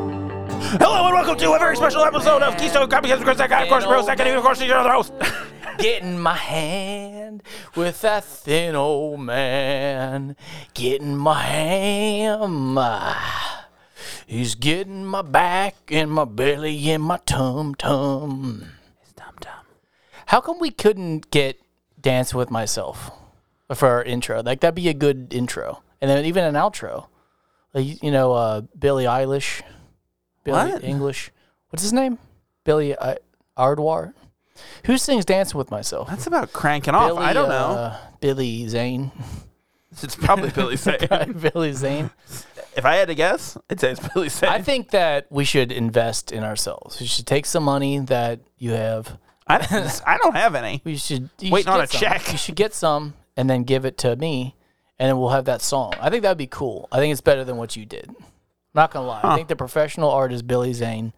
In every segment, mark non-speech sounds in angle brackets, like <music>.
Hello and welcome to a very special episode of Keystone Copycats Chris Second, of course, real second, and of course, you're the host. Getting my hand with that thin old man. Getting my ham. He's getting my back and my belly and my tum tum. How come we couldn't get Dance with Myself for our intro? Like, that'd be a good intro. And then even an outro. Like, you know, uh, Billy Eilish. Billy What? English. What's his name? Billy I- Ardwar. Who sings Dancing with Myself? That's about cranking off. I don't know. uh, Billy <laughs> uh, Zane. <laughs> It's probably Billy Zane. Billy Zane. if I had to guess, I'd say it's Billy Zane. I think that we should invest in ourselves. We should take some money that you have. I, don't- I don't have <laughs> any. We should you Waiting on should get a some. check. You should get some and then give it to me, and then we'll have that song. I think that'd be cool. I think it's better than what you did. Not gonna lie. I think the professional artist Billy Zane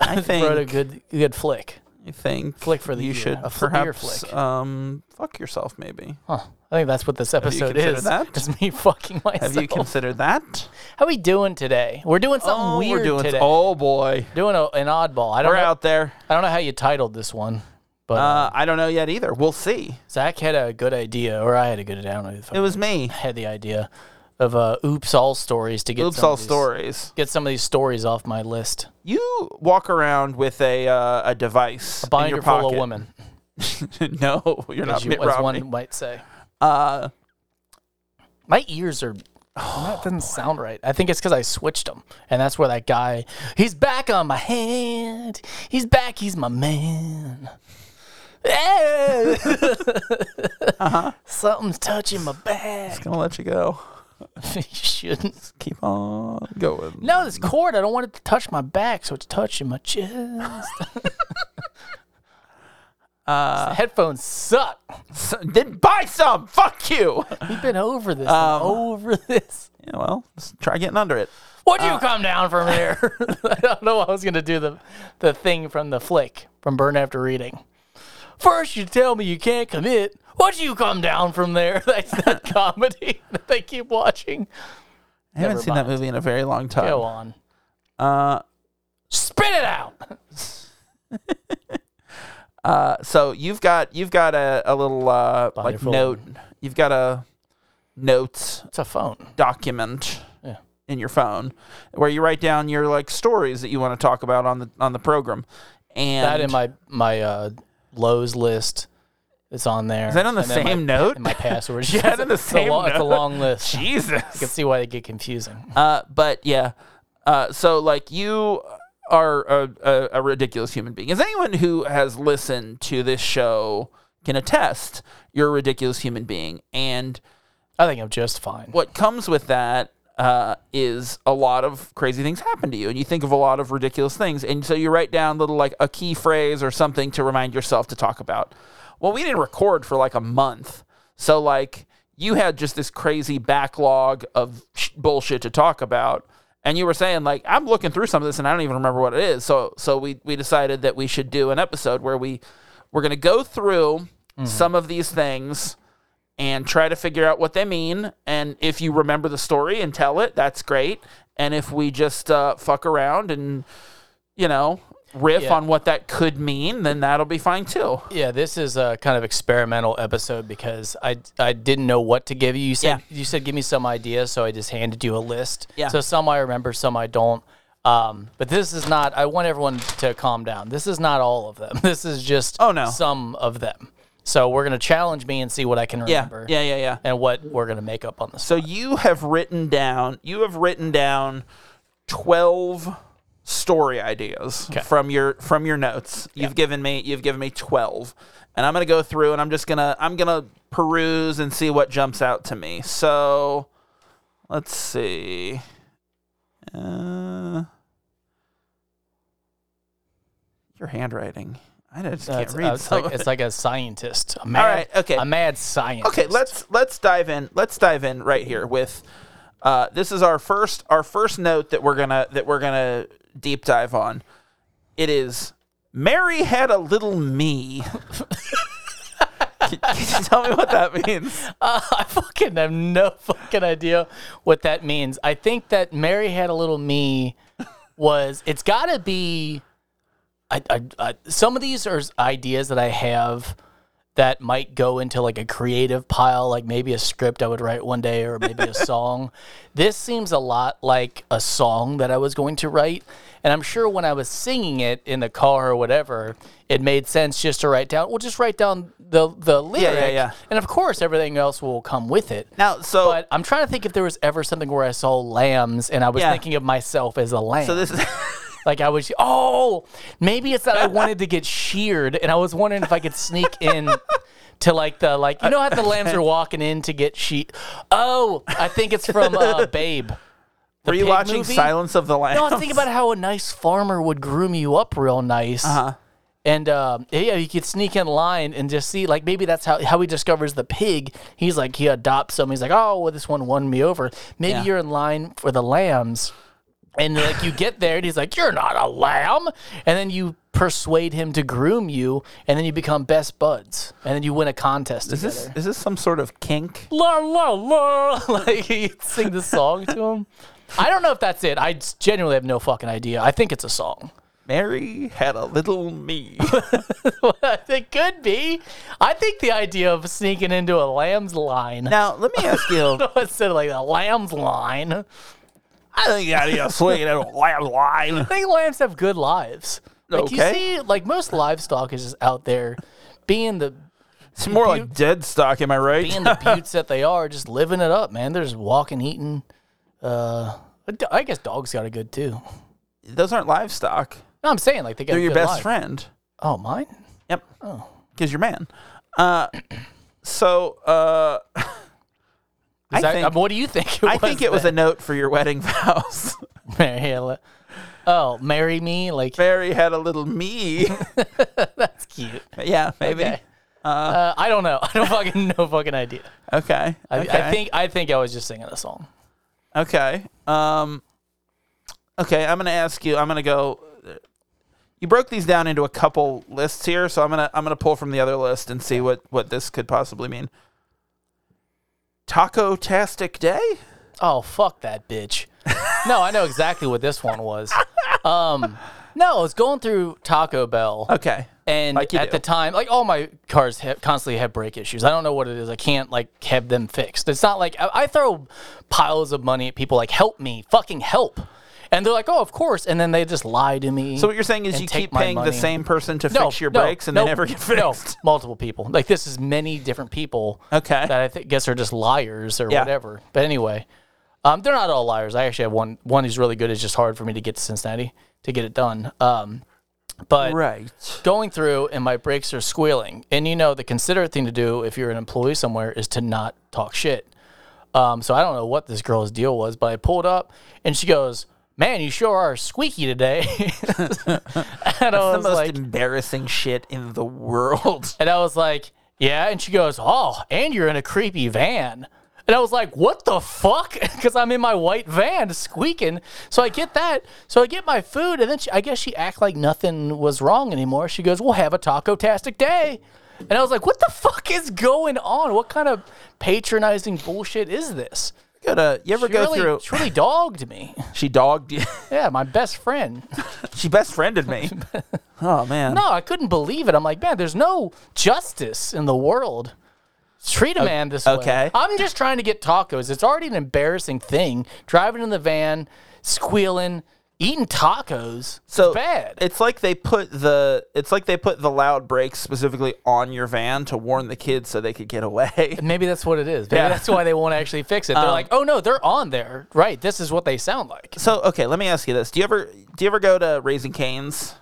I wrote a think. good good flick. I think. flick for the you year. should A fl- beer perhaps flick. um fuck yourself. Maybe. Huh. I think that's what this episode considered is. that? Just me <laughs> fucking myself. Have you considered that? How we doing today? We're doing something Oh, weird we're doing. today. Oh boy, Doing a, an oddball. I don't we're know. out there. I don't know how you titled this one, but uh, Uh, I don't know yet either. We'll see. Zach had a good idea, or I had a good idea. I don't know if It was me. I had the idea of uh, oops all stories to get Oops, some of all these- stories. Get some of these stories off my list. You walk around with a uh, a device in Binder your full pocket. of women, <laughs> no, you're not as, you, Mitt as Romney. one might say. Uh, My ears are. that <sighs> doesn't sound right. I think it's because I switched them, and that's where that guy. He's back on my hand. He's back. He's my <laughs> man. uh-huh. Uh-huh. Something's touching my back. <laughs> gonna let you go. you shouldn't. Keep on going. No, this cord. I don't want it to touch my back, so it's touching my chest. uh, <laughs> headphones suck. So- then buy some. Fuck you. We've been over this, Um, and over this. <laughs> Yeah, well, let's try getting under it. Would you come down from there? <laughs> I don't know. I was gonna do the the thing from the flick from Burn After Reading. First, you tell me you can't commit. Would you come down from there? <laughs> That's that comedy that they keep watching. I haven't Never seen that movie in a very long time. Go on, Uh, spit it out. uh, so you've got you've got a, a little uh, Binder like full. note. You've got a notes It's a phone. document Yeah. in your phone where you write down your like stories that you want to talk about on the on the program. And that in my <laughs> my uh, Lowe's list. It's on there. Is that on the same note? And <laughs> my passwords. that in the It's a same lo- It's a note? <laughs> long list. I Jesus. can see why they get confusing. Uh, but yeah, uh, so like you are a, a, a ridiculous human being. As anyone who has listened to this show can attest, you're a ridiculous human being. And I think I'm just fine. what comes with that uh, is a lot of crazy things happen to you, and you think of a lot of ridiculous things. And so you write down little like a key phrase or something to remind yourself to talk about. Well, we didn't record for like a month. So, like, you had just this crazy backlog of sh- bullshit to talk about. And you were saying like I'm looking through some of this and I don't even remember what it is. So so we we decided that we should do an episode where we we're going to go through some of these things and try to figure out what they mean. And if you remember the story and tell it, that's great. And if we just uh, fuck around and, you know, riff Yeah. on what that could mean, then that'll be fine too. Yeah, this is a kind of experimental episode because I, I didn't know what to give you. You said you said give me some ideas, so I just handed you a list. Yeah. So some I remember, some I don't. Um, but this is not. I want everyone to calm down. This is not all of them. <laughs> This is just Oh, no. some of them. So we're gonna challenge me and see what I can Yeah. remember. Yeah. Yeah. Yeah. And what we're gonna make up on the So you have written down, you have written down 12 story ideas from your from your notes. You've given me you've given me 12. And I'm going to go through and I'm just going to I'm going to peruse and see what jumps out to me. So let's see. Uh, your handwriting. I just can't It's, read. uh, it's some like of it's it. like a scientist. A mad, right, okay. A mad scientist. Okay, let's let's dive in. Let's dive in right here with uh, this is our first our first note that we're gonna that we're gonna deep dive on. It is Mary had a little me. <laughs> can, can you tell me what that means? Uh, <laughs> I fucking have no fucking idea what that means. I think that Mary had a little me was it's got to be. I, I, I, some of these are ideas that I have that might go into like a creative pile, like maybe a script I would write one day or <laughs> maybe a song. This seems a lot like a song that I was going to write. And I'm sure when I was singing it in the car or whatever, it made sense just to write down, well, just write down the, the lyric. yeah. And of course, everything else will come with it. Now, so But I'm trying to think if there was ever something where I saw lambs and I was Yeah. thinking of myself as a lamb. so this <laughs> is Like I was, oh, maybe it's that I wanted to get sheared, and I was wondering if I could sneak in to like the like you know how the lambs are walking in to get she. Oh, I think it's from uh, Babe. The were you pig watching movie? Silence of the Lambs? No, I'm <laughs> thinking about how a nice farmer would groom you up real nice. Uh-huh. And um, yeah, you could sneak in line and just see, like maybe that's how, how he discovers the pig. He's like he adopts them. He's like, oh, well, this one won me over. Maybe Yeah. you're in line for the lambs, and like you get there, and he's like, you're not a lamb. And then you persuade him to groom you, and then you become best buds, and then you win a contest Is together. this is this some sort of kink? la la la <laughs> like you sing the song to him i don't know if that's it i genuinely have no fucking idea i think it's a song <laughs> Mary had a little me. it could be i think the idea of sneaking into a lamb's line <laughs> now let me ask you. instead of like a lamb's line i <laughs> I think the idea of swinging at a lamb <laughs> line. think lambs have good lives like Okay. you see like most livestock is just out there being the It's more like dead stock, am I right? <laughs> being the buttes that they are just living it up man they're just walking eating uh i guess dogs got it good too Those aren't livestock. no, I'm saying like they got They're a your good best life. friend. Oh, mine. Yep. Oh. Because you're man. Uh, <clears throat> so uh, I Is that- think um, what do you think? It I think it was a then? note for your wedding vows. <laughs> Mary Ellen. Oh, marry me? Like, Mary had a little me. <laughs> that's cute. yeah, maybe. Okay. Uh, I don't know. <laughs> I don't fucking no fucking idea. Okay. I, okay. I think I think I was just singing a song. Okay. Um, okay. I'm gonna ask you. I'm gonna go. You broke these down into a couple lists here, so I'm gonna I'm gonna pull from the other list and see what what this could possibly mean. Taco tastic day. Oh, fuck that bitch. no, I know exactly what this one was. Um, no, I was going through Taco Bell. Okay. And Like you at do. the time, like all my cars ha- constantly have brake issues. I don't know what it is. I can't like have them fixed. It's not like I, I throw piles of money at people like, help me, fucking help. And they're like, oh, of course. And then they just lie to me. So what you're saying is and you take keep my paying the money. same person to fix your brakes and no, they never get fixed. <laughs> no, <laughs> multiple people. Like this is many different people. Okay. That I th- guess are just liars or Yeah. whatever. But anyway, um, they're not all liars. I actually have one. One who's really good. It's just hard for me to get to Cincinnati to get it done. Um, but Right. going through and my brakes are squealing. And you know, the considerate thing to do if you're an employee somewhere is to not talk shit. Um, so I don't know what this girl's deal was, but I pulled up and she goes, Man, you sure are squeaky today. <laughs> and The I was most like, embarrassing shit in the world. <laughs> and I was like, Yeah. And she goes, Oh, and you're in a creepy van. And I was like, What the fuck? <laughs> Because I'm in my white van squeaking. So I get that. So I get my food. And then she, I guess she act like nothing was wrong anymore. She goes, We'll have a taco tastic day. And I was like, What the fuck is going on? What kind of patronizing bullshit is this? Go to, you ever She go really, through? she really <laughs> dogged me. She dogged you. Yeah, my best friend. she best friended <laughs> me. <laughs> oh man. No, I couldn't believe it. I'm like, man, there's no justice in the world. Treat a man this okay. way. I'm just trying to get tacos. It's already an embarrassing thing. Driving in the van, squealing, eating tacos. So it's bad. It's like they put the it's like they put the loud brakes specifically on your van to warn the kids so they could get away. Maybe that's what it is. Maybe Yeah. Um, that's why they won't actually fix it. They're like, oh no, they're on there. Right. This is what they sound like. <laughs> So okay, let me ask you this: Do you ever do you ever go to Raising Canes?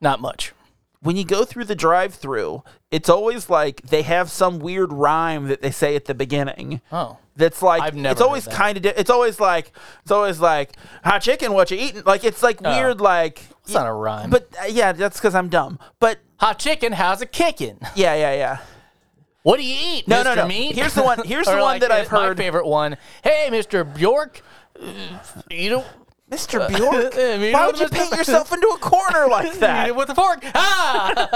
Not much. When you go through the drive-through, it's always like they have some weird rhyme that they say at the beginning. Oh. That's like I've never it's always heard that. kind of di- it's always like it's always like hot chicken, what you eating? Like it's like weird like Oh. It's not a rhyme. But uh, yeah, that's because I'm dumb. But hot chicken, how's it kicking? yeah, yeah, yeah. What do you eat? No, Mr. no, no. Meat? Here's the one- here's the <laughs> Or one that I've my heard. favorite one. Hey, Mr. Bjork, uh, you don't. <laughs> Mr. Bjork, I mean, why what would you about paint the- yourself into a corner <laughs> like <laughs> eat that? it with a fork. <laughs> Ah!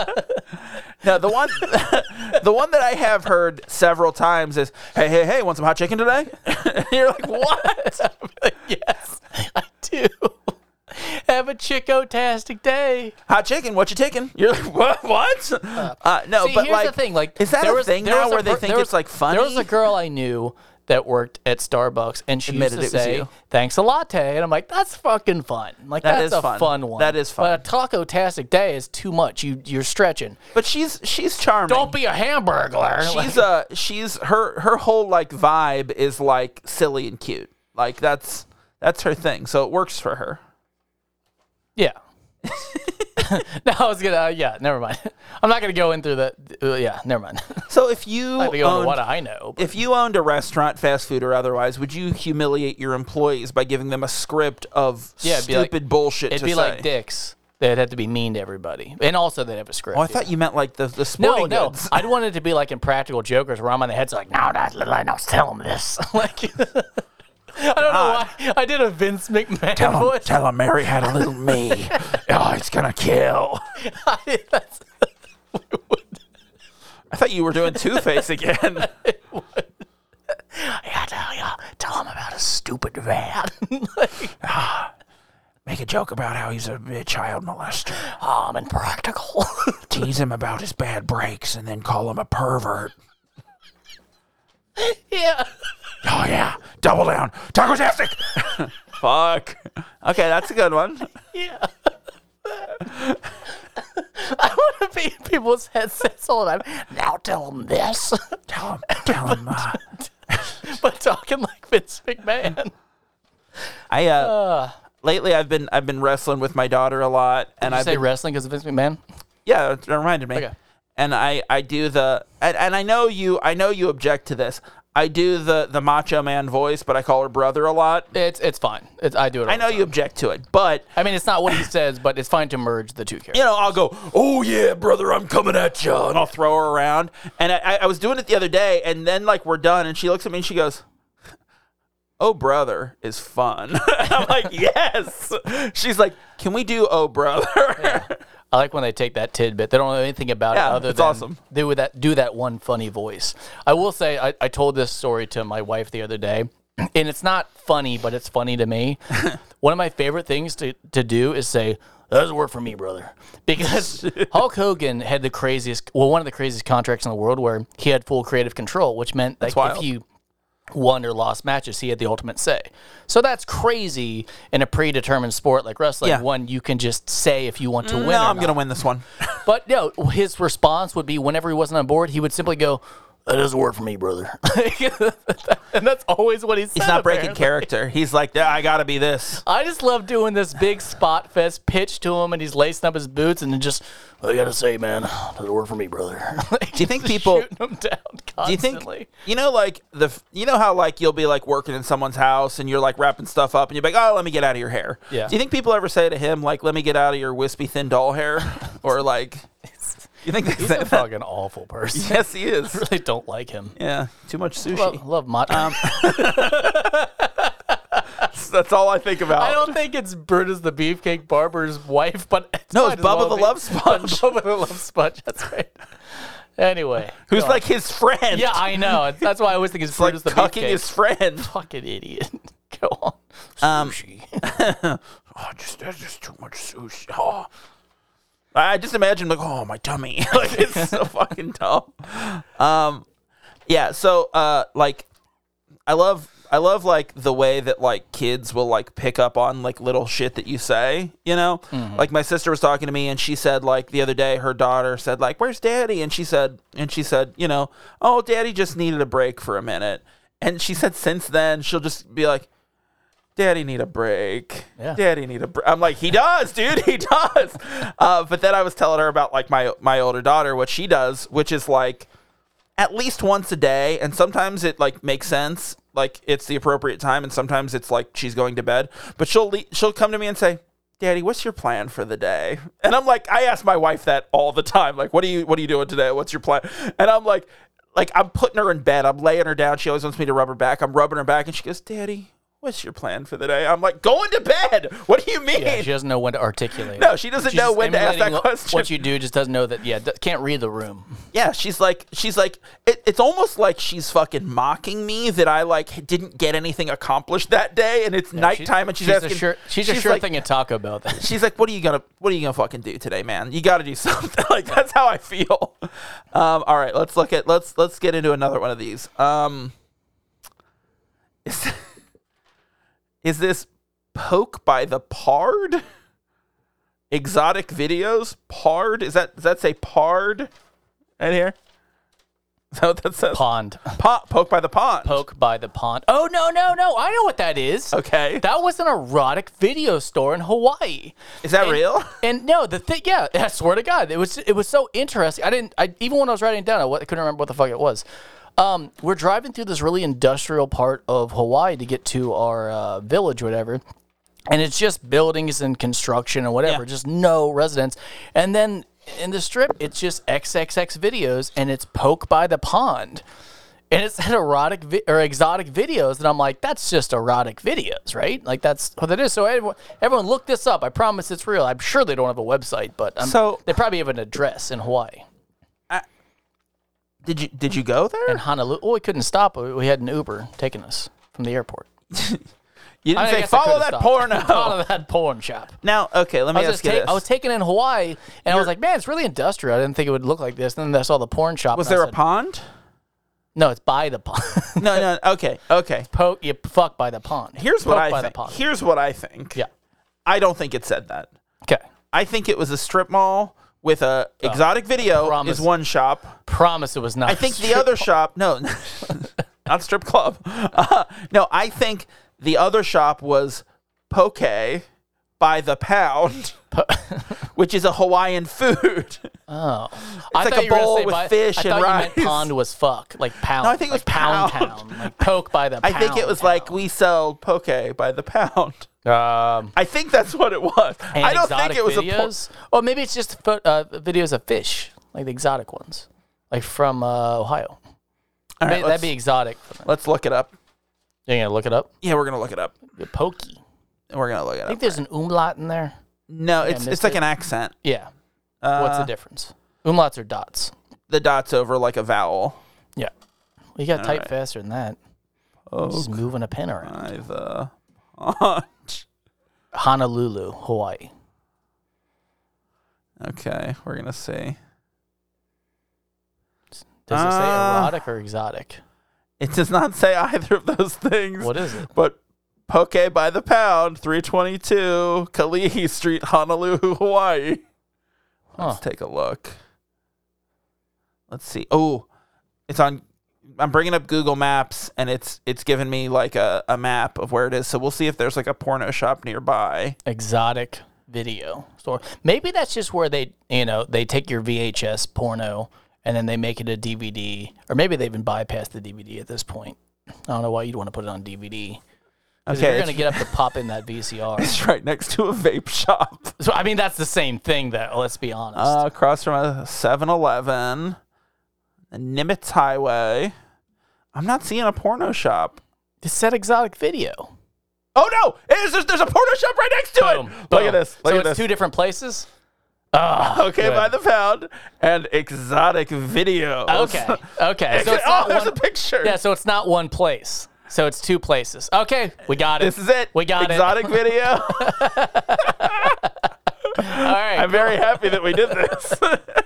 No, the one, <laughs> the one that I have heard several times is, "Hey, hey, hey, want some hot chicken <laughs> today?" And you're like, "What?" yes, I do. Have a chico-tastic day. Hot chicken, what you taking? You're like, what? <laughs> What? Uh, no, See, but here's like, the thing. Like, is that there a was, thing there now was a where they per- think there it's, like, There was a funny? girl I knew that worked at Starbucks, and she Admitted used it to was say, you. "Thanks a latte," and I'm like, "That's fucking fun. Like, That that's is a fun. one. That is fun. But a taco-tastic day is too much. You you're stretching. But she's she's charming. Don't be a hamburglar. <laughs> Like, <laughs> She's uh she's her her whole like vibe is like silly and cute. Like that's that's her thing. So it works for her. yeah. <laughs> no, I was gonna. Uh, yeah, never mind. <laughs> I'm not gonna go in through the. Uh, yeah, never mind. <laughs> So if you I had to go into owned- what I know. but- if you owned a restaurant, fast food or otherwise, would you humiliate your employees by giving them a script of Yeah, it'd be like- stupid bullshit? It'd to be say? like dicks. They'd have to be mean to everybody, and also they'd have a script. Oh, I yeah. thought you meant like the the sporting No, no. goods. I'd want it to be like in Practical Jokers, where I'm on the head's like, no, that's little I don't tell him this. <laughs> like, I don't know why. I did a Vince McMahon voice. tell him Mary had a little <laughs> me. oh, it's gonna <laughs> kill. That's- I thought you were doing Two Face <laughs> again. I gotta tell you, tell him about a stupid van. <laughs> like, Make a joke about how he's a, a child molester. oh, I'm impractical. <laughs> Tease him about his bad breaks, and then call him a pervert. yeah. <laughs> Oh yeah, double down, taco tastic. <laughs> Fuck. Okay, that's a good one. Yeah. I want to be in people's headsets all the time. Now tell him this. <laughs> Tell him. Tell him. Uh, but talking like Vince McMahon. I uh, lately I've been I've been wrestling with my daughter a lot, and I I've say been, wrestling because of Vince McMahon? yeah, it reminded me. Okay. And I I do the and, and I know you I know you object to this. I do the the macho man voice, but I call her brother a lot. It's it's fine. It's, I do it. All I know you object to it, but I mean, it's not what he says, but it's fine to merge the two characters. you know, I'll go, oh yeah, brother, I'm coming at you, and I'll throw her around. And I, I, I was doing it the other day, and then like we're done, and she looks at me and she goes, "Oh brother is fun." <laughs> I'm <laughs> like, yes. She's like, "Can we do oh brother?" I like when they take that tidbit. They don't know anything about Yeah, it other it's than awesome. they would that do that one funny voice. I will say, I, I told this story to my wife the other day, <clears throat> and it's not funny, but it's funny to <laughs> me. one of my favorite things to, to do is say. That doesn't work for me, brother. <laughs> Because Hulk Hogan had the craziest, well, one of the craziest contracts in the world where he had full creative control, which meant like if wild. you won or lost matches, he had the ultimate say. So that's crazy in a predetermined sport like wrestling, Yeah. one you can just say if you want to win. no, or I'm not. gonna win this one. But no, his response would be whenever he wasn't on board, he would simply go, "That doesn't work for me, brother." <laughs> and that's always what he said. <laughs> He's not breaking apparently. character. He's like, "Yeah, I gotta be this. I just love doing this big spot fest pitch to him, and he's lacing up his boots, and then just I gotta say, man, doesn't work for me, brother. <laughs> Like, Do you think just people- shooting him <laughs> down Do you think constantly? you know like the f- you know how like you'll be like working in someone's house and you're like wrapping stuff up and you're like oh let me get out of your hair. Yeah. Do you think people ever say to him like let me get out of your wispy thin doll <laughs> hair or like you think they He's say a that? fucking awful person. <laughs> Yes, he <laughs> is. I really don't like <laughs> him. Yeah, too much sushi. Love, love Mott. Um, That's all I think about. <laughs> I don't think it's Brutus the Beefcake Barber's wife, but it's No, might it's as well Bubba the be. <laughs> Love Sponge. Bubba the Love Sponge. That's right. Anyway, Who's go on. like his friend? <laughs> yeah, I know. That's why I always think it's like Brutus the cucking Beefcake. his friend. <laughs> Fucking idiot. Go on. Um, Sushi. Oh, just there's just too much sushi. Oh. I just imagine like, oh my tummy. <laughs> like it's so fucking dumb. Um yeah, so uh like I love I love like the way that like kids will like pick up on like little shit that you say, you know? Like my sister was talking to me and she said like the other day her daughter said like, "Where's daddy?" and she said and she said, you know, "Oh, daddy just needed a break for a minute." And she said since then she'll just be like, Daddy need a break. Yeah. Daddy need a break. I'm like, he does, dude. He <laughs> does. uh, but then I was telling her about like my my older daughter, what she does, which is like at least once a day, and sometimes it like makes sense, like it's the appropriate time, and sometimes it's like she's going to bed. But she'll le- she'll come to me and say, "Daddy, what's your plan for the day?" And I'm like, I ask my wife that all the time, like, "What are you What are you doing today? What's your plan?" And I'm like, like I'm putting her in bed, I'm laying her down. She always wants me to rub her back. I'm rubbing her back, and she goes, "Daddy, What's your plan for the day? I'm like, going to bed. What do you mean? Yeah, she doesn't know when to articulate. No, it. she doesn't She's know when to ask that emulating question. What you do just doesn't know that. Yeah, d- can't read the room. yeah, she's like, she's like, it, it's almost like she's fucking mocking me that I like didn't get anything accomplished that day, and it's nighttime, and she's, she's asking. a sure, she's, a sure like, thing at Taco Bell. Then. She's like, "What are you gonna What are you gonna fucking do today, man? You got to do <laughs> something." like that's how I feel. Um, all right, let's look at let's let's get into another one of these. Um, is, <laughs> is this poke by the pard? Exotic videos pard is that does that say pard right here? Is that what that says? <laughs> Pond. Po- poke by the pond. Poke by the pond. Oh no no no! I know what that is. Okay, That was an erotic video store in Hawaii. is that real? And no, the thing, yeah, <laughs> I swear to God, it was it was so interesting. I didn't, I even when I was writing it down, I wa- I couldn't remember what the fuck it was. Um, we're driving through this really industrial part of Hawaii to get to our uh, village, whatever, and it's just buildings and construction and whatever, Yeah. just no residents. And then in the strip, it's just XXX videos, and it's poke by the pond. And it's <laughs> said erotic vi- or exotic videos, and I'm like, that's just erotic videos, right? Like that's what that is. So everyone, everyone, look this up. I promise it's real. I'm sure they don't have a website, but i So- they probably have an address in Hawaii Did you Did you go there? in Honolulu. Well, we couldn't stop. We we had an Uber taking us from the airport. you didn't I say guess I follow could've that stopped. porno. <laughs> Follow that porn shop. Now, okay, let me I was, ask just you ta- this. I was taken in Hawaii, and I was like, "Man, it's really industrial. I didn't think it would look like this." And then I saw the porn shop. was and I there a said, pond? No, it's by the pond. <laughs> No, no. Okay, okay. <laughs> Poke, you fuck by the pond. Here's what Poke I by think. the pond. Here's what I think. yeah. I don't think it said that. Okay. I think it was a strip mall with a exotic video Oh. promise. is one shop. Promise it was not. I think <laughs> the other shop. No, <laughs> not strip club. Uh, no, I think the other shop was poke by the pound, <laughs> which is a Hawaiian food. <laughs> Oh, I like thought a you were gonna bowl say with by- fish I and thought you rice. meant pond was fuck, like pound. No, I think it was like pound, pound. town, like poke by the. <laughs> I Pound think it was like we sell poke by the pound. town. um. I think that's what it was. And I don't exotic think it was a po- videos. oh, maybe it's just pho- uh, videos of fish, like the exotic ones, like from uh, Ohio. All May- right, that'd let's, be exotic. let's look it up. You're gonna look it up. Yeah, we're gonna look it up. The pokey. We're gonna look it I think up. there's an umlaut in there. No, it's it's missed like it. an accent. Yeah. Uh, What's the difference? Umlauts are dots. The dots over like a vowel. Yeah. Well, you got to type right. Oh, faster than that. Just moving a pen around. By <laughs> the pond. Honolulu, Hawaii. Okay, we're gonna see. Does it say Uh, erotic <laughs> or exotic? It does not say either of those things. What is it? But poke by the pound, three twenty two Kalihi Street, Honolulu, Hawaii. Let's Huh. take a look. Let's see. Oh, it's on. I'm bringing up Google Maps, and it's it's giving me like a, a map of where it is. So we'll see if there's like a porno shop nearby. <laughs> Exotic video store. Maybe that's just where they, you know, they take your VHS porno and then they make it a DVD, or maybe they even bypass the DVD at this point. I don't know why you'd want to put it on DVD. 'Cause if Okay, you're gonna it's, get up to pop in that <laughs> VCR. it's right next to a vape <laughs> shop, so I mean, that's the same thing, though. Let's be honest. uh, across from a 7-Eleven, a Nimitz Highway. I'm not seeing a porno shop. It said <laughs> exotic video. Oh no! It is, there's, there's a porno shop right next to Boom. it. Look boom. at this. Look so at it's this. two different places. Oh, okay, by the pound and exotic videos. okay, okay. So it's <laughs> oh, not there's a one, picture. yeah, so it's not one place. So it's two places. Okay, we got it. This is it. We got exotic video. <laughs> it. All right, I'm very happy that we did this.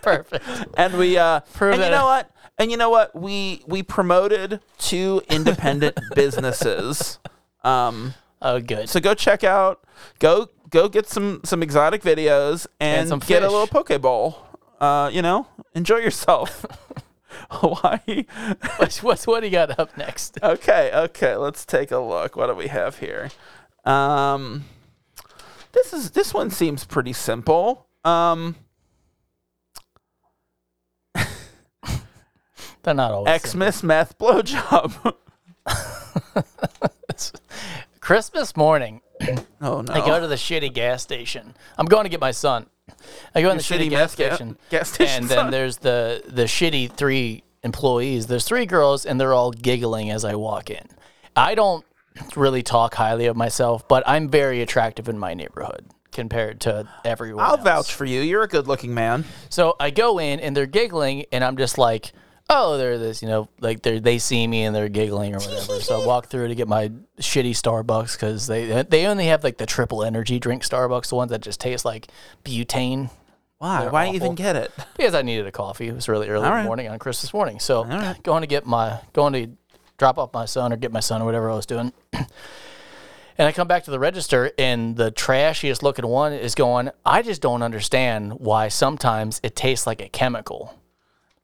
perfect. <laughs> and we uh Prove and you that- know what? And you know what? We we promoted two <laughs> independent businesses. Um Oh, good. so go check out go go get some some exotic videos and, some get a fish. little poke bowl. Uh, you know, enjoy <laughs> yourself. Hawaii. what's, what's <laughs> what do you got up next? Okay, okay, let's take a look. What do we have here? Um, this is this one seems pretty simple. Um, They're not always Xmas meth blowjob. <laughs> Christmas morning. oh no! I go to the shitty gas station. I'm going to get my son. I go in the shitty shitty, gas meth ga- station. gas station And then son. there's the the shitty three employees. There's three girls and they're all giggling as I walk in. I don't really talk highly of myself, but I'm very attractive in my neighborhood compared to everyone. I'll else. vouch for you. You're a good looking man. So I go in and they're giggling, and I'm just like, oh, they're this, you know, like they they see me and they're giggling or whatever. so I walk through to get my shitty Starbucks because they they only have like the triple energy drink Starbucks, the ones that just taste like butane. Why? Why awful. even get it? Because I needed a coffee. It was really early in right. the morning on Christmas morning. So right. going to get my going to drop off my son or get my son or whatever I was doing. <clears throat> And I come back to the register, and the trashiest looking one is going, I just don't understand why sometimes it tastes like a chemical.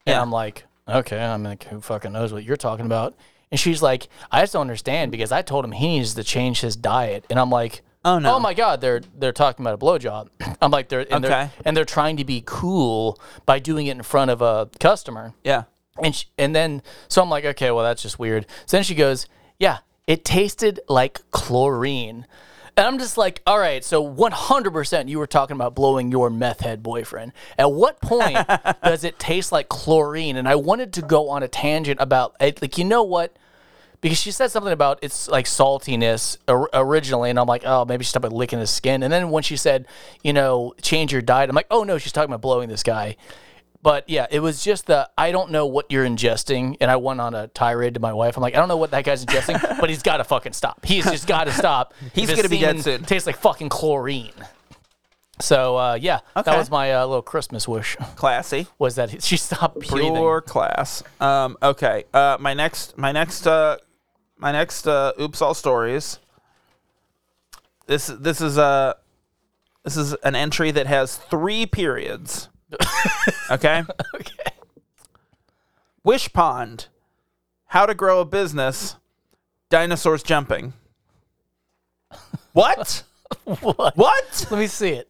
And Yeah. I'm like, okay, I'm like, who fucking knows what you're talking about? And she's like, I just don't understand because I told him he needs to change his diet. And I'm like, Oh, no. Oh my god, they're they're talking about a blowjob. <clears throat> I'm like they're and, Okay. they're and they're trying to be cool by doing it in front of a customer. Yeah. And she, and then so I'm like, okay, well that's just weird. So then she goes, yeah, it tasted like chlorine. And I'm just like, all right, so 100% you were talking about blowing your meth head boyfriend. At what point does it taste like chlorine? And I wanted to go on a tangent about, it, like, you know what? Because she said something about it's like saltiness or, originally, and I'm like, oh, maybe she's talking about licking his skin. And then when she said, you know, change your diet, I'm like, oh no, she's talking about blowing this guy. But yeah, it was just the I don't know what you're ingesting, and I went on a tirade to my wife. I'm like, I don't know what that guy's ingesting, <laughs> but he's got to fucking stop. He's just got to stop. He's This gonna be dead semen soon. Tastes like fucking chlorine. So uh, yeah, Okay. that was my uh, little Christmas wish. Classy. Was that he- she stopped breathing? Pure class. Um, okay. Uh, my next, my next, uh, my next. Uh, Oops, all stories. This, this is uh this is an entry that has three <laughs> periods. okay. okay. Wish pond. How to grow a business. Dinosaurs jumping. What? <laughs> What? What? Let me see it.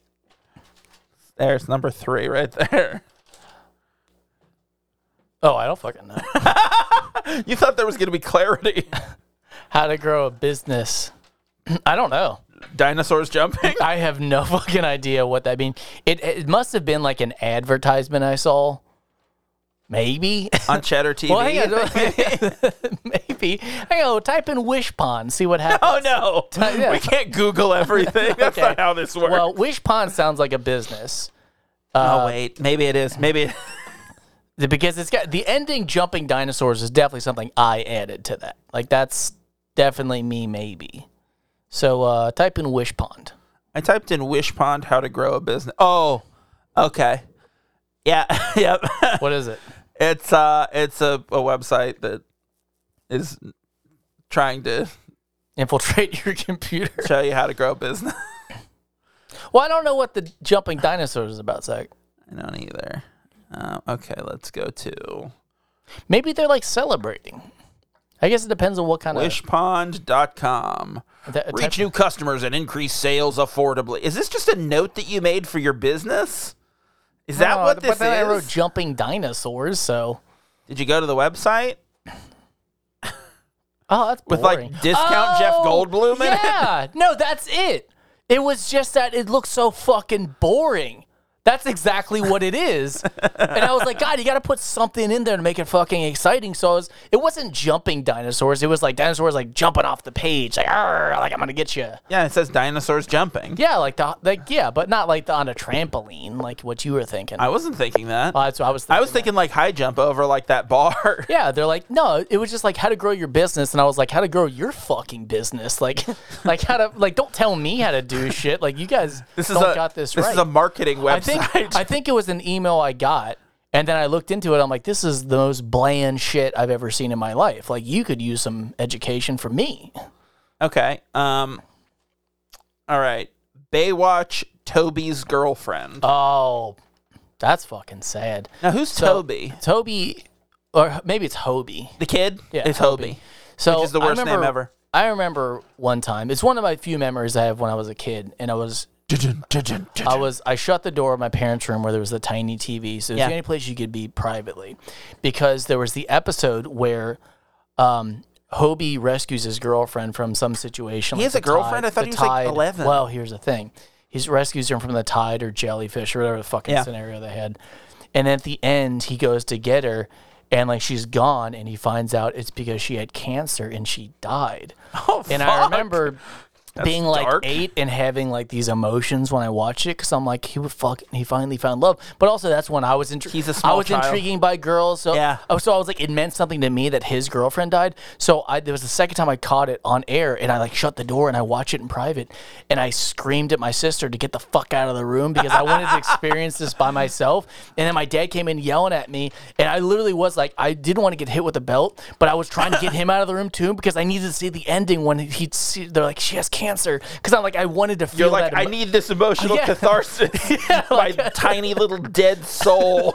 There's number three right there. <laughs> Oh, I don't fucking know. You thought there was going to be clarity. <laughs> How to grow a business? <clears throat> I don't know. Dinosaurs jumping. I have no <laughs> fucking idea what that means. It it must have been like an advertisement I saw. Maybe. <laughs> on Cheddar TV. Well, hang on. <laughs> Maybe. Hang on. Type in Wish Pond. <laughs> See what <laughs> happens. Oh no, Yeah. we can't Google <laughs> everything. That's Okay. not how this works. Well, uh, Wish Pond sounds like a business oh wait, maybe it <laughs> is. Maybe because it's got the ending jumping dinosaurs is definitely something I added to that. Like that's definitely me, maybe. So uh, type in Wish Pond. I typed in Wish Pond how to grow a business. Oh, okay, yeah, <laughs> yep. What is it? it's uh, it's a, a website that is trying to <laughs> Infiltrate <laughs> your computer. show you how to grow a business. <laughs> Well, I don't know what the jumping dinosaurs is about, Zach. I don't either. Um, okay, let's go to Maybe they're like celebrating. I guess it depends on what kind wishpond.com. of that, type Reach new customers and increase sales affordably. Is this just a note that you made for your business? Is that No, what this but then I wrote is? jumping dinosaurs, so Did you go to the website oh, that's with boring. like discount Jeff Oh, Goldblum in it? Yeah, no, that's it. It was just that it looked so fucking boring. That's exactly what it is. and I was like, God, you got to put something in there to make it fucking exciting. So I was, it wasn't jumping dinosaurs. It was like dinosaurs like jumping off the page, like, "Arr," like I'm gonna get you. Yeah, it says dinosaurs jumping. Yeah, like the like yeah, but not like the, on a trampoline, like what you were thinking. I wasn't thinking that. Well, that's what I was. Thinking. I was thinking like high jump over like that bar. Yeah, they're like, no, it was just like how to grow your business, and I was like, how to grow your fucking business, like, <laughs> like how to like don't tell me how to do shit. Like you guys <laughs> This is don't a got this, right. is a marketing I website. think I think it was an email I got, and then I looked into it. I'm like, this is the most bland shit I've ever seen in my life. Like you could use some education from me. <laughs> okay. Um. All right. Baywatch Toby's girlfriend. Oh, that's fucking sad. now who's so- Toby? Toby, or maybe it's Hobie. The kid? Yeah, It's Toby. So Which is the worst I name remember, ever. I remember one time. It's one of my few memories I have when I was a kid, and I was I was I shut the door of my parents' room where there was the tiny TV. So it was Yeah. the only place you could be privately, because there was the episode where, um, Hobie rescues his girlfriend from some situation. He has a girlfriend? I thought he was, like, 11. Well, here's the thing: he rescues her from the tide or jellyfish or whatever the fucking Yeah. scenario they had. And at the end, he goes to get her, and like she's gone, and he finds out it's because she had cancer and she died. Oh, and I fuck. remember being like dark. eight and having like these emotions when I watch it because I'm like, he would fuck, he finally found love. But also, that's when I was intri- He's a I small was child. intriguing by girls, so Yeah. Oh, so I was like, it meant something to me that his girlfriend died. So I there was the second time I caught it on air, and I like shut the door and I watched it in private, and I screamed at my sister to get the fuck out of the room because I wanted to experience this by myself. And then my dad came in yelling at me, and I literally was like, I didn't want to get hit with a belt, but I was trying to get him out of the room too because I needed to see the ending when he'd see. They're like, she has cancer, because I'm like, I wanted to feel You're like, that. I emo- need this emotional Yeah. <laughs> catharsis. My tiny little dead <laughs> soul.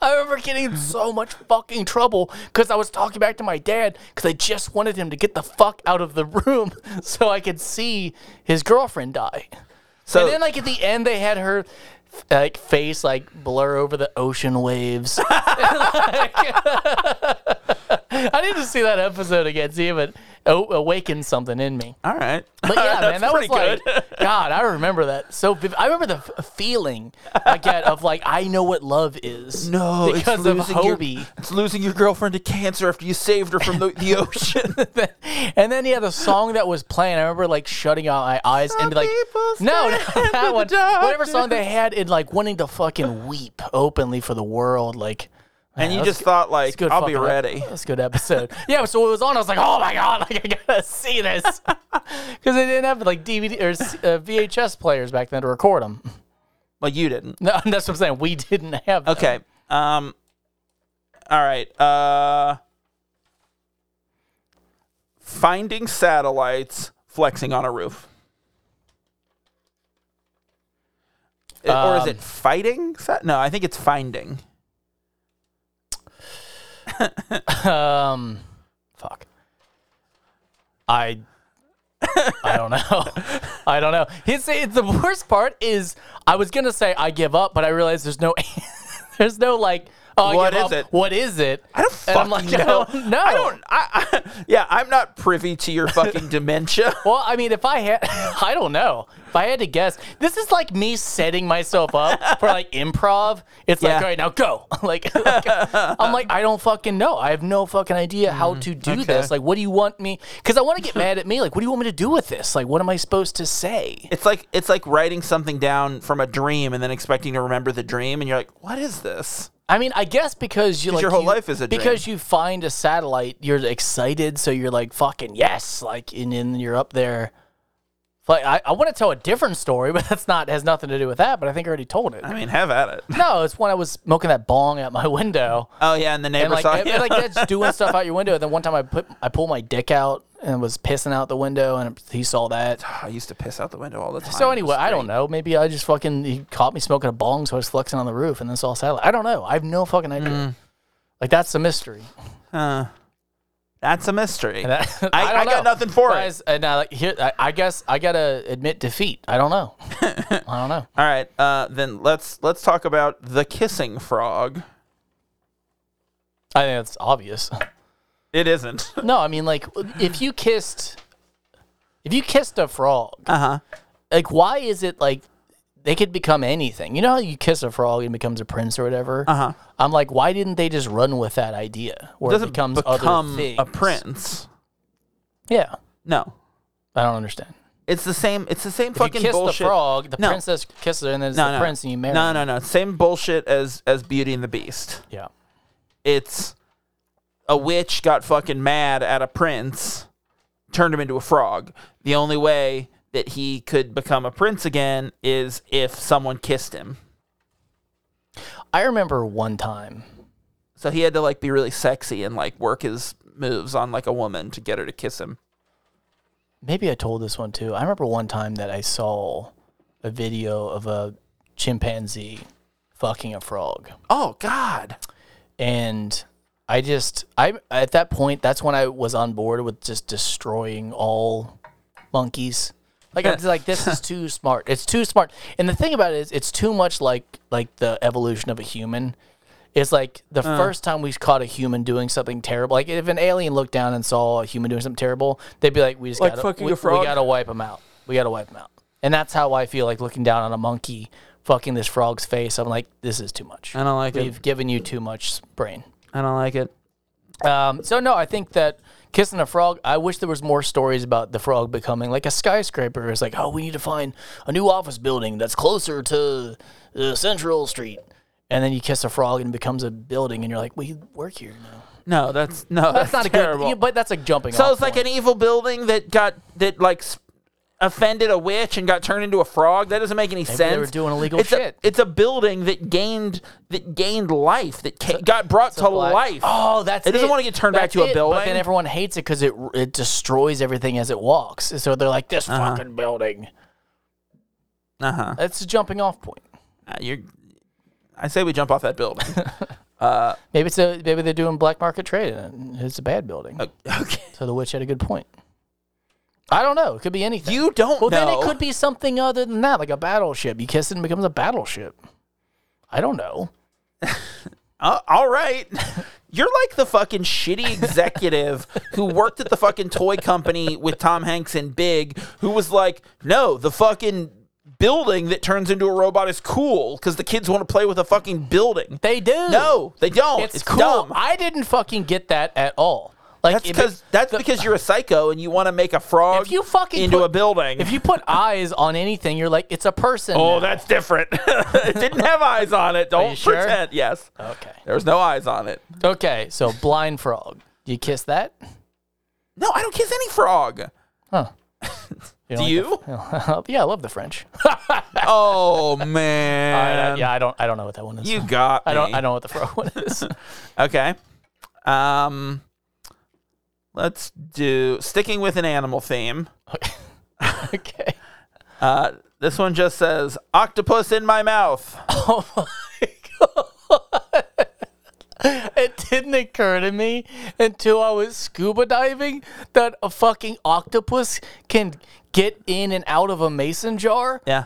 I remember getting in so much fucking trouble because I was talking back to my dad because I just wanted him to get the fuck out of the room <laughs> so I could see his girlfriend die. So and then, like at the end, they had her like face like blur over the ocean waves. <laughs> Like- I need to see that episode again, see if it o- awakens something in me. all right. But <laughs> yeah, man, That's that was pretty like, good. <laughs> God, I remember that so. Viv- I remember the f- feeling I get of like I know what love is. No, because it's of losing Hobie. <laughs> Your, it's losing your girlfriend to cancer after you saved her from the, the ocean. and then yeah, the song that was playing, I remember like shutting out my eyes and be like, people stand no, not in the <laughs> that one. darkness. Whatever song they had, and like wanting to fucking weep openly for the world, like. and you that's just good- thought, like, I'll be fucking ep- oh, ready. That's a good episode. yeah, so it was on. I was like, oh my god, like I gotta see this <laughs> because they didn't have like DVD or uh, VHS players back then to record them. Well, you didn't. No, <laughs> that's what I'm saying. We didn't have. Them. Okay. Um. All right. Uh. Finding satellites flexing on a roof. It- or is Um, it fighting? sa- No, I think it's finding. Um, fuck. I. I don't know. <laughs> I don't know. His, it's the worst part is I was gonna say I give up, but I realized there's no, <laughs> there's no like. Oh, I What give is up. it? What is it? I <laughs> don't And fucking I'm like, know. I don't know. I don't. I, <laughs> I, yeah, I'm not privy to your <laughs> fucking dementia. <laughs> Well, I mean, if I had, <laughs> I don't know. If I had to guess, this is like me setting myself up <laughs> for like improv. It's like, Yeah. all right, now go. <laughs> like, like, I'm like, I don't fucking know. I have no fucking idea how Mm, to do this. Like, what do you want me? Because I want to get mad at me. Like, what do you want me to do with this? Like, what am I supposed to say? It's like it's like writing something down from a dream and then expecting to remember the dream, and you're like, "What is this?" I mean, I guess because you like your whole you- life is a dream. because you find a satellite, you're excited, so you're like fucking yes, like and then you're up there. Like I, I want to tell a different story, <laughs> but that's not has nothing to do with that. But I think I already told it. I mean, have at <laughs> it. No, it's when I was smoking that bong out my <laughs> window. Oh yeah, and the neighbor And like, saw and, you. like that's doing stuff out your window. And then one time I put I pulled my dick out and was pissing out the window, and he saw that. <laughs> I used to piss out the window all the time. So anyway, I don't know. Maybe I just fucking he caught me smoking a bong, so I was flexing on the roof, and then saw satellite. I don't know. I have no fucking idea. Like that's a mystery. That's a mystery. I, I, I, don't got know. nothing for Guys, And I, like, here, I, I guess I gotta admit defeat. I don't know. I don't know. it. All right, uh, then let's let's talk about the kissing frog. I think that's obvious. It <laughs> isn't. No, I mean like if you kissed if you kissed a frog, Uh huh. like why is it like they could become anything? You know how you kiss a frog and it becomes a prince or whatever? Uh-huh. I'm like, why didn't they just run with that idea where it, Doesn't becomes other become things? a prince. Yeah. No, I don't understand. it's the same. It's the same If you fucking kiss bullshit. the frog, the No. princess kisses her and then it's no, the no, prince and you marry No, him. no, no. Same bullshit as as Beauty and the Beast. Yeah. It's a witch got fucking mad at a prince, turned him into a frog. The only way that he could become a prince again is if someone kissed him. I remember one time So he had to like be really sexy and like work his moves on like a woman to get her to kiss him. maybe I told this one too. I remember one time that I saw a video of a chimpanzee fucking a frog. Oh God! and I just I at that point that's when I was on board with just destroying all monkeys. <laughs> Like I was like this is too smart. It's too smart. And the thing about it is it's too much like like the evolution of a human. It's like the Uh. first time we caught a human doing something terrible. Like if an alien looked down and saw a human doing something terrible, they'd be like, "We just Like gotta, fucking we, a frog? we gotta wipe them out. We gotta wipe them out." And that's how I feel like looking down on a monkey fucking this frog's face. I'm like, this is too much. I don't like it. We've given you too much brain. I don't like it. Um, so no, I think that kissing a frog. I wish there was more stories about the frog becoming like a skyscraper. It's like, oh, we need to find a new office building that's closer to uh, Central Street, and then you kiss a frog and it becomes a building, and you're like, we work here now. No, that's no. That's, That's <laughs> not a terrible. good, yeah, but that's a jumping. so off it's like point. an evil building that got that like s- offended a witch and got turned into a frog. That doesn't make any sense. they were doing illegal it's shit. A, it's a building that gained that gained life that ca- got brought to black- life. Oh, that's It doesn't wanna get turned back That's to a it. building. But then everyone hates it because it it destroys everything as it walks. So they're like, this fucking building. Oh. Uh huh. Uh-huh. That's a jumping off point. Uh, You're. I say we jump off that <laughs> building. Maybe it's a maybe they're doing black market trade and it's a bad building. okay. So the witch had a good point. I don't know. It could be anything. You don't know. well, then it could be something other than that, like a battleship. You kiss it and it becomes a battleship. I don't know. Uh, all right. <laughs> You're like the fucking shitty <laughs> executive who worked at the fucking toy company with Tom Hanks and Big, who was like, no, the fucking building that turns into a robot is cool because the kids want to play with a fucking building. They do. no, they don't. it's, It's, cool. dumb. I didn't fucking get that at all. Like That's it- because that's because you're a psycho and you want to make a frog If you fucking into put- a building. if you put eyes on anything, you're like it's a <laughs> person. oh, now. that's different. <laughs> it didn't have eyes on it. Don't you sure? Oh. pretend. Yes, okay. there was no eyes on it. Okay, so blind frog. Do you kiss that? No, I don't kiss any frog. Huh. <laughs> Do You don't like you? the- yeah, I love the French. <laughs> Oh I man. don't- yeah, I don't. I don't know what that one is. You got me. I don't. I know what the frog one is. Okay. Um let's do sticking with an animal theme. okay. Uh this one just says octopus in my mouth. It didn't occur to me until I was scuba diving that a fucking octopus can get in and out of a mason jar. Yeah.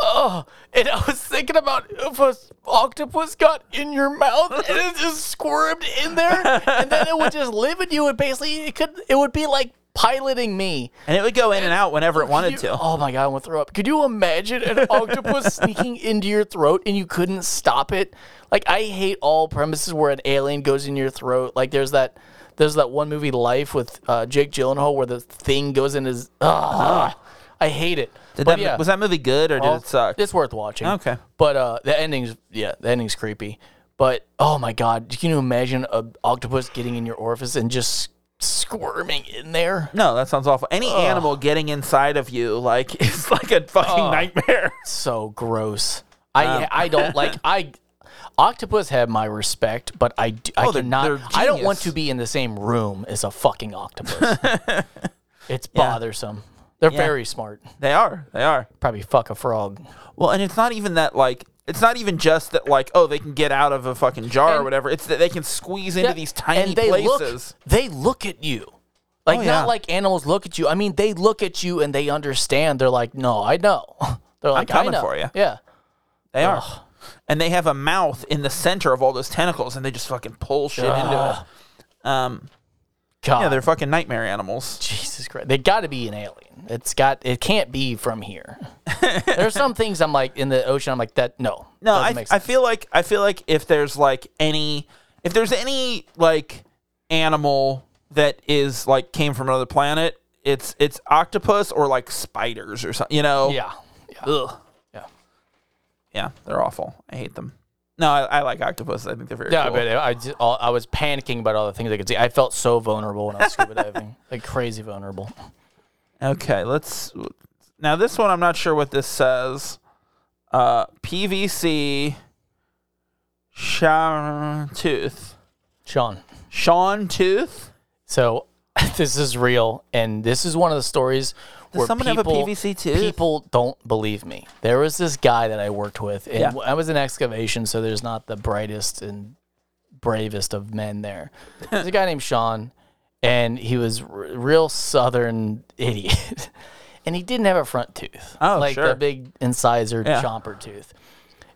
Oh, and I was thinking about if an octopus got in your mouth and it just squirmed in there, and then it would just live in you, and basically it could, it would be like piloting me. And it would go in and out whenever it wanted You- to. Oh my god, I want to throw up. Could you imagine an <laughs> octopus sneaking into your throat and you couldn't stop it? Like I hate all premises where an alien goes in your throat. Like there's that there's that one movie Life with uh, Jake Gyllenhaal where the thing goes in his. Ugh, I hate it. Did But that, yeah. Was that movie good or did Well, it suck? It's worth watching. Okay. But uh, the ending's yeah, the ending's creepy. But oh my god, can you imagine a octopus getting in your orifice and just squirming in there? no, that sounds awful. Any animal getting inside of you like <laughs> is like a fucking nightmare. So gross. I Um, I <laughs> don't like I. Octopus have my respect, but I do, I Oh, they're- cannot. they're I don't want genius. to be in the same room as a <laughs> fucking octopus. it's bothersome. They're very smart. They are. They are. Probably fuck a frog. Well, and it's not even that like it's not even just that like oh they can get out of a fucking jar or And- whatever. It's that they can squeeze into Yeah, these tiny and they places. Look, they look at you. Like Oh, yeah. not like animals look at you. I mean, they look at you and they understand. They're like, no, I know. <laughs> They're like, I coming know." for you. Yeah. they are, and they have a mouth in the center of all those tentacles, and they just fucking pull shit into it. Um, God. yeah, they're fucking nightmare animals. Jesus Christ. They got to be an alien. It's got. It can't be <laughs> from here. There's some things I'm like in the ocean. I'm like that. No. No, doesn't I make I sense. feel like I feel like if there's like any if there's any like animal that is like came from another planet, it's it's octopus or like spiders or something. You know? yeah. Yeah. Ugh. Yeah. Yeah, they're awful. I hate them. No, I, I like octopuses. I think they're very Yeah, cool. but I just, all, I was panicking about all the things I could see. I felt so vulnerable when I was scuba diving, like crazy vulnerable. Okay, let's. Now this one, I'm not sure what this says. Uh, PVC Sean Tooth. Sean, Sean Tooth. So <laughs> this is real, and this is one of the stories where someone have a people, PVC tooth? people don't believe me. There was this guy that I worked with, and Yeah. I was in excavation, so there's not the brightest and bravest of men there. There's a guy named Sean, and he was r- real southern idiot, <laughs> and he didn't have a front tooth, Oh, like sure. the big incisor Yeah. chomper tooth.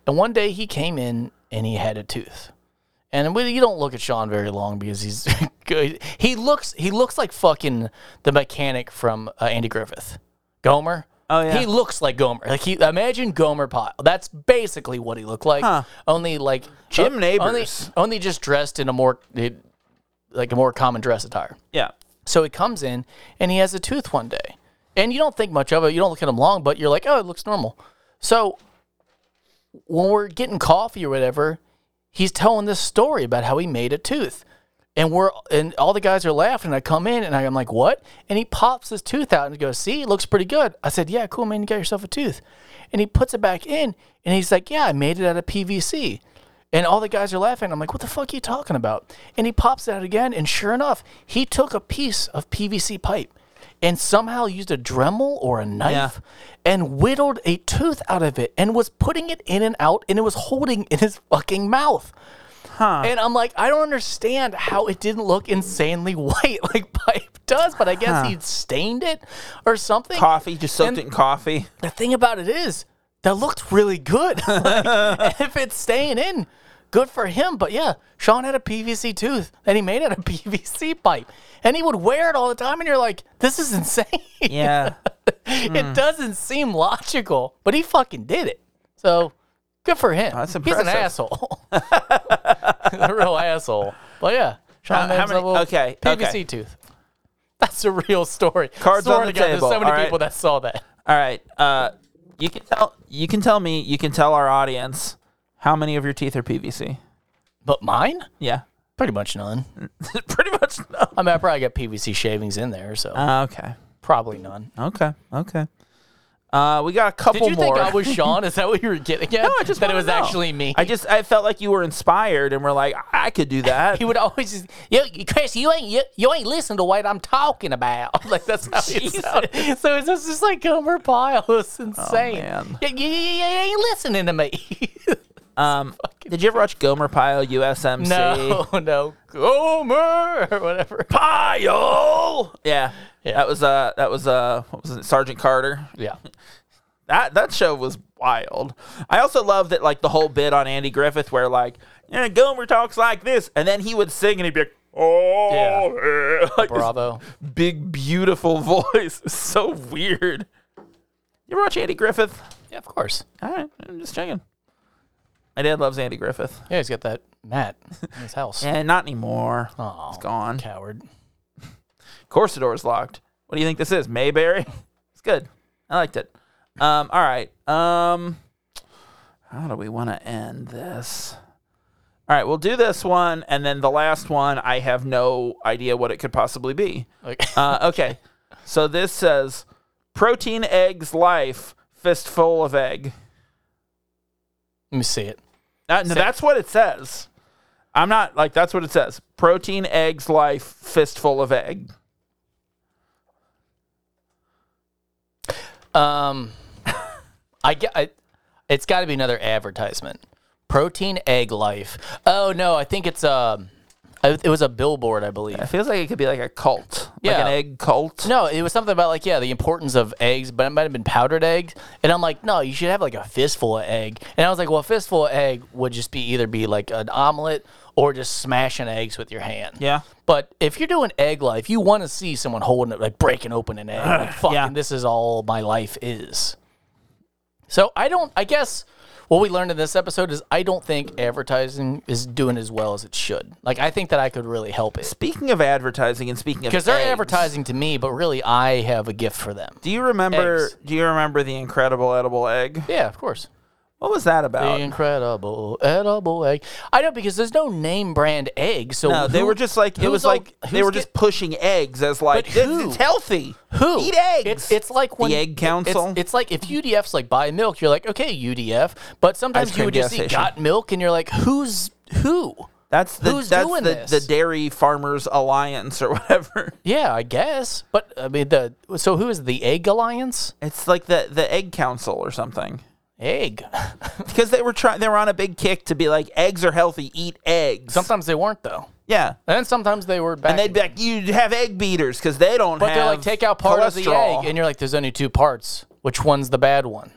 And one day he came in and he had a tooth. And we, you don't look at Sean very long because he's <laughs> good. He looks he looks like fucking the mechanic from uh, Andy Griffith, Gomer. Oh, yeah. He looks like Gomer. Like he imagine Gomer Pyle. That's basically what he looked like. Huh. Only like Jim o- Nabors. Only, only just dressed in a more it- like a more common dress attire. Yeah. So he comes in and he has a tooth one day. And you don't think much of it. You don't look at him long, but you're like, oh, it looks normal. So when we're getting coffee or whatever, he's telling this story about how he made a tooth. And we're and all the guys are laughing. I come in and I'm like, what? And he pops his tooth out and goes, see, it looks pretty good. I said, yeah, cool, man, you got yourself a tooth. And he puts it back in and he's like, yeah, I made it out of PVC. And all the guys are laughing. I'm like, what the fuck are you talking about? And he pops it out again. And sure enough, he took a piece of PVC pipe and somehow used a Dremel or a knife and whittled a tooth out of it and was putting it in and out and it was holding in his fucking mouth. And I'm like, I don't understand how it didn't look insanely <laughs> white like pipe does, but I guess he'd stained it or something. Coffee, just soaked And- it in coffee. the thing about it is, that looked really good. <laughs> Like, if it's staying in, good for him. But yeah, Sean had a PVC tooth and he made it a <laughs> PVC pipe. And he would wear it all the time. And you're like, this is insane. <laughs> Yeah. <laughs> Hmm. it doesn't seem logical, but he fucking did it. So good for him. That's He's an impressive. <laughs> asshole. <laughs> a real asshole. But yeah, How- Sean how Mann's many- little okay, PVC okay. tooth. That's a real story. Cards Swear on to the God, table, There's so many all right? people that saw that. All right. Uh, you can tell you can tell me, you can tell our audience how many of your teeth are PVC. But mine? Yeah. Pretty much none. <laughs> Pretty much no. I mean, I probably got PVC shavings in there, so Uh, okay. probably none. Okay. Okay. Uh, we got a couple Did you more. think <laughs> I was Sean? Is that what you were getting at? no, I just that it wanna was know. actually me. I just I felt like you were inspired and were like, I, I could <laughs> do that. he would always just, you, Chris, you ain't you, you ain't listening to what I'm talking about. <laughs> Like that's how he sounded. So it's just, just like Homer Pyle. <laughs> It's insane. Oh, man. You, you- you- you ain't listening to me. <laughs> um, did you ever watch Gomer Pyle USMC? no, no, Homer or whatever. Pyle. <laughs> Yeah. Yeah. That was uh that was uh what was it Sergeant Carter? Yeah, That that show was wild. I also love that like the whole bit on Andy Griffith where like eh, Gomer talks like this and then he would sing and he'd be like oh eh," <laughs> like this Bravo. big beautiful <laughs> voice. It's so weird. You ever watch Andy Griffith? Yeah, of course. All right, I'm just checking. My dad loves Andy Griffith. Yeah, he's got that mat <laughs> in his house. And Eh, not anymore. Oh, It's gone. coward. course the door's locked. What do you think this is? Mayberry? <laughs> It's good. I liked it. Um, all right. Um, how do we want to end this? All right, we'll do this one, and then the last one, I have no idea what it could possibly be. Like, Uh, okay, <laughs> so this says protein eggs life fistful of egg. <laughs> let me see it. Uh, no, that's what it says. I'm not like that's what it says. Protein eggs life fistful of egg. Um, I get. I, it's got to be another advertisement. Protein egg life. Oh no, I think it's um, I- it was a billboard, I believe. It feels like it could be like a cult, like Yeah. an egg cult. No, it was something about like yeah, the importance of eggs, but it might have been powdered eggs. And I'm like, no, you should have like a fistful of egg. And I was like, well, a fistful of egg would just be either be like an omelet or just smashing eggs with your hand. Yeah. But if you're doing egg life, you want to see someone holding it, like breaking open an egg. Like, <sighs> fucking, Yeah. this is all my life is. So I don't. I guess what we learned in this episode is I don't think advertising is doing as well as it should. Like I think that I could really help it Speaking of advertising and speaking of because they're eggs, advertising to me, but really I have a gift for them. Do you remember? Eggs. Do you remember the Incredible Edible Egg? Yeah, of course. What was that The about? incredible edible egg. I know because there's no name brand egg. So no, they who- were just like it who's was all- like they who's were get- just pushing eggs as like But this, who? it's healthy. Who eat eggs? It's, it's like when Egg it's- Council? It's, like if UDF's like buy milk, you're like okay UDF, but sometimes Ice you cream would gas just see station. got milk, and you're like who's who? that's the who's that's doing the, this? the Dairy Farmers Alliance or <laughs> whatever. Yeah, I guess. But I mean the so who is the egg alliance? It's like the the Egg Council or something. Egg. Because they were trying, they were on a big kick to be like eggs are healthy. Eat eggs. sometimes they weren't though, yeah. and sometimes they were back. And they'd be like, you have egg beaters because they don't but have. they're like take out part of the cholesterol." egg, and you're like there's only two parts. Which one's the bad one?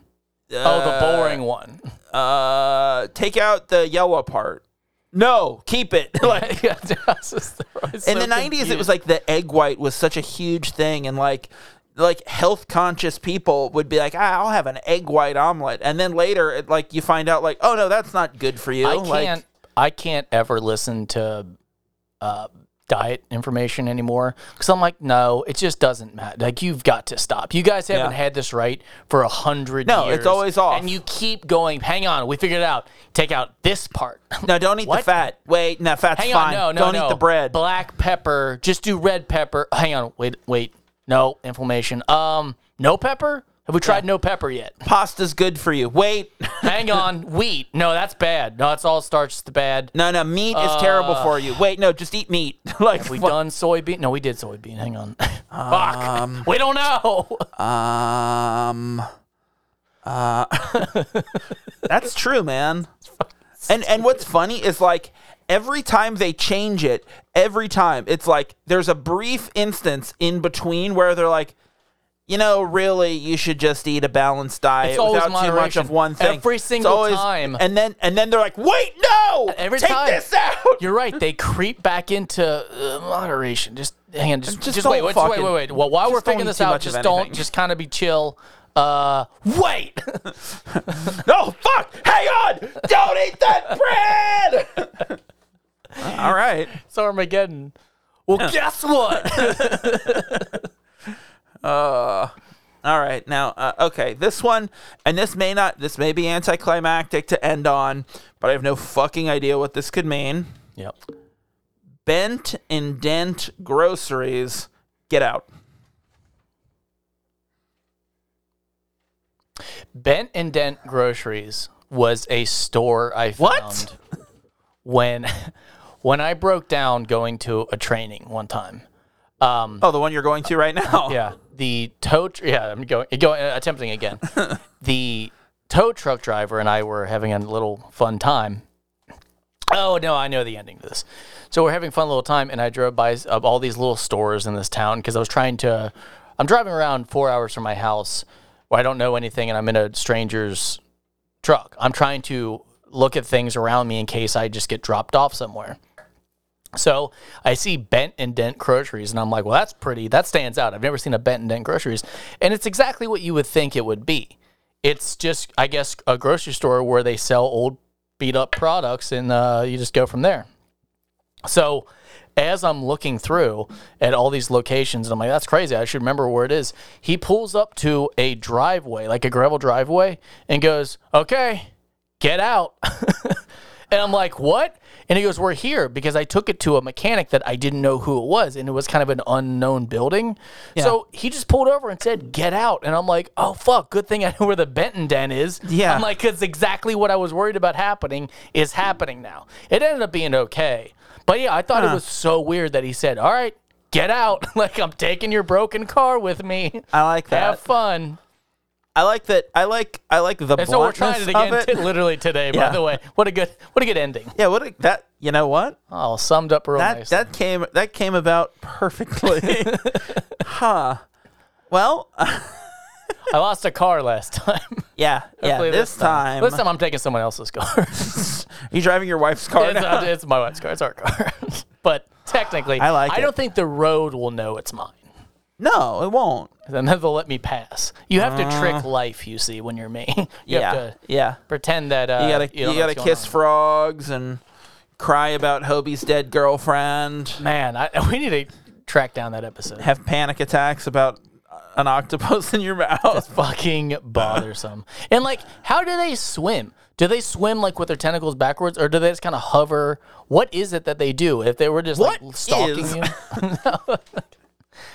oh, the boring one. uh, take out the yellow part. No, keep it. <laughs> <laughs> <laughs> like Yeah, it's just- it's in so the nineties, it confused. was like the egg white was such a huge thing, and like like health conscious people would be like, ah, I'll have an egg white omelet, and then later, it, like you find out, like, oh no, that's not good for you. I Like, can't. I can't ever listen to uh, diet information anymore because I'm like, no, it just doesn't matter. Like you've got to stop. You guys haven't Yeah. had this right for a hundred. No, years, it's always off. and you keep going. Hang on, we figured it out. Take out this part. <laughs> no, don't eat the What? fat. Wait, no, fat's Hang fine. on, no, no, don't no. eat the bread. Black pepper. Just do red pepper. Hang on, wait, wait. No inflammation. Um, no pepper. Have we tried no pepper yet? <laughs> Pasta's good for you. Wait, Hang on, wheat. No, that's bad. No, it's all starch. The bad. no, no, meat is terrible for you. Wait, no, just eat meat. <laughs> like, Uh. We fuck. done soybean? No, we did soybean. Hang on. <laughs> Fuck. We don't know. <laughs> Um, uh, <laughs> that's true, man. And and what's funny is like every time they change it, every time it's like there's a brief instance in between where they're like, you know, really, you should just eat a balanced diet It's always without too much moderation. of one thing. Every It's single time. and then and then they're like, wait, no, Every take time. this out. You're right. They creep back into uh, moderation. Just hang on. Just, Just just, don't wait, wait, just wait. fucking- Wait. Wait. Well, while we're just don't figuring eat this too out, much of just don't. anything. Just kind of be chill. Uh, wait. <laughs> No, fuck, hang on, don't eat that bread. <laughs> All right. it's Armageddon. Well, <laughs> guess what? <laughs> All right, now uh, okay, this one, and this may not, this may be anticlimactic to end on, but I have no fucking idea what this could mean. yep. Bent indent groceries, get out. Bent and Dent Groceries was a store I found What? when <laughs> when I broke down going to a training one time. Oh, the one you're going to right now. Mm. <laughs> Yeah. The tow. Tr- yeah, I'm going, going attempting again. the tow truck driver and I were having a little fun time. Oh no, I know the ending to this. So we're having a fun little time, and I drove by s- of all these little stores in this town because I was trying to. I'm driving around four hours from my house where I don't know anything, and I'm in a stranger's truck. I'm trying to look at things around me in case I just get dropped off somewhere. So I see bent and dent groceries, and I'm like, well, that's pretty. That stands out. I've never seen a bent and dent groceries. And it's exactly what you would think it would be. It's just, I guess, a grocery store where they sell old, beat up products, and uh, you just go from there. So as I'm looking through at all these locations, and I'm like, that's crazy. I should remember where it is. He pulls up to a driveway, like a gravel driveway, and goes, okay, get out. <laughs> and I'm like, what? And he goes, we're here because I took it to a mechanic that I didn't know who it was, and it was kind of an unknown building. So he just pulled over and said, get out. And I'm like, oh, fuck, good thing I know where the Benton Den is. Yeah. I'm like, because exactly what I was worried about happening is happening now. It ended up being okay. But yeah, I thought it was so weird that he said, All right, get out. <laughs> like, I'm taking your broken car with me. I like that. Have fun. I like that. I like. I like the And so we're trying bluntness it again of it. t- <laughs> literally today, Yeah. by the way. What a good what a good ending. yeah. What a, that? You know what? Oh, summed up real That nice. that came that came about perfectly. <laughs> huh. Well, uh, I lost a car last <laughs> time. yeah, yeah. Hopefully This, time, uh, This time I'm taking someone else's car. <laughs> you driving your wife's car. it's, now? uh, it's my wife's car. It's our car. <laughs> but technically, I like I it. don't think the road will know it's mine. no, it won't. then they'll let me pass. You have to trick life, you see, when you're me. <laughs> you Uh. yeah, have to yeah. pretend that uh, You gotta you, don't know gotta what's going kiss on. frogs and cry about Hobie's dead girlfriend. Man, I, <laughs> we need to track down that episode. Have panic attacks about uh, an octopus in your mouth. Fucking <laughs> bothersome. and like, how do they swim? Do they swim like with their tentacles backwards, or do they just kind of hover? What is it that they do? If they were just like What stalking is- you, <laughs>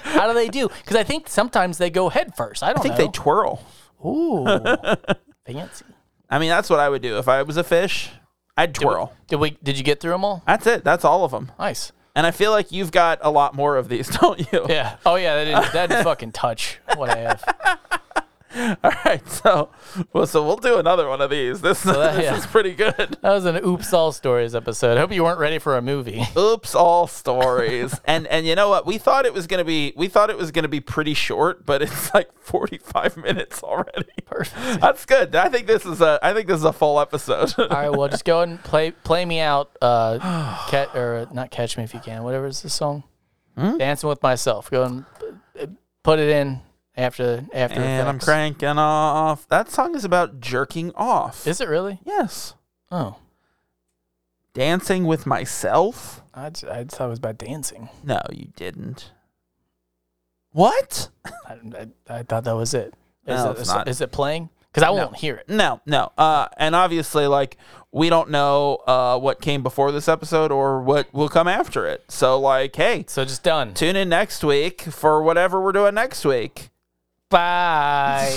how do they do? Because I think sometimes they go head first. I don't I think they know. twirl. Ooh, fancy. I mean, that's what I would do if I was a fish. I'd twirl. Did we? Did you get through them all? That's it. That's all of them. Nice. And I feel like you've got a lot more of these, <laughs> don't you? Yeah. Oh yeah, that didn't, that didn't fucking touch what I have. All right. So, well, so we'll do another one of these. This, <laughs> that- this yeah. is pretty <laughs> good. That was an Oops All Stories episode. I hope you weren't ready for a movie. <laughs> Oops, all stories. <laughs> and and you know what? We thought it was gonna be we thought it was gonna be pretty short, but it's <laughs> like forty five minutes already. Perfect. That's good. I think this is a I think this is a full episode. All right, well, just go ahead and play play me out. Uh, <laughs> <sighs> cat or not catch me Hmm? if you can. Whatever is the song, Dancing with Myself. Go and uh, put it in after after. and I'm effects. cranking off. That song is about jerking off. Is it really? yes. Oh, Dancing with myself? I, j- I thought it was about dancing. No, you didn't. What? I, I, I thought that was it. Is, No, it, it's is, not. is it playing? Because I won't hear it. No, no. Uh, and obviously, like, we don't know uh, what came before this episode or what will come after it. So, like, hey, So just done. tune in next week for whatever we're doing next week. Bye.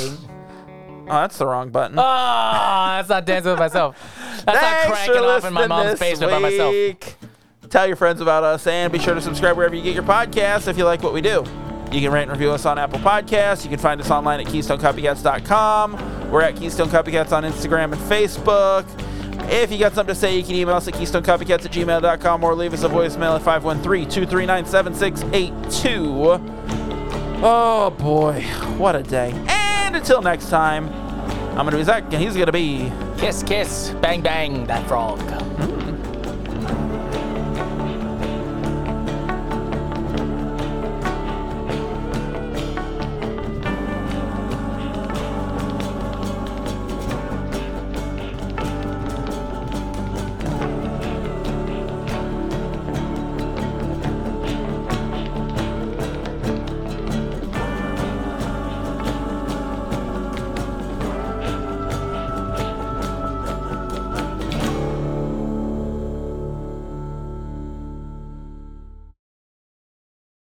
Oh, that's the wrong button. <laughs> Ah, that's not dancing with myself. That's not Thanks for cranking off in my listening mom's this basement by myself. week. Tell your friends about us and be sure to subscribe wherever you get your podcasts if you like what we do. You can rate and review us on Apple Podcasts. You can find us online at KeystoneCopycats.com. We're at Keystone Copycats on Instagram and Facebook. If you got something to say, you can email us at KeystoneCopycats at gmail.com or leave us a voicemail at 513 239 7682. Oh boy, what a day. And until next time, I'm going to be Zach and he's going to be. Kiss, kiss, bang, bang, that frog.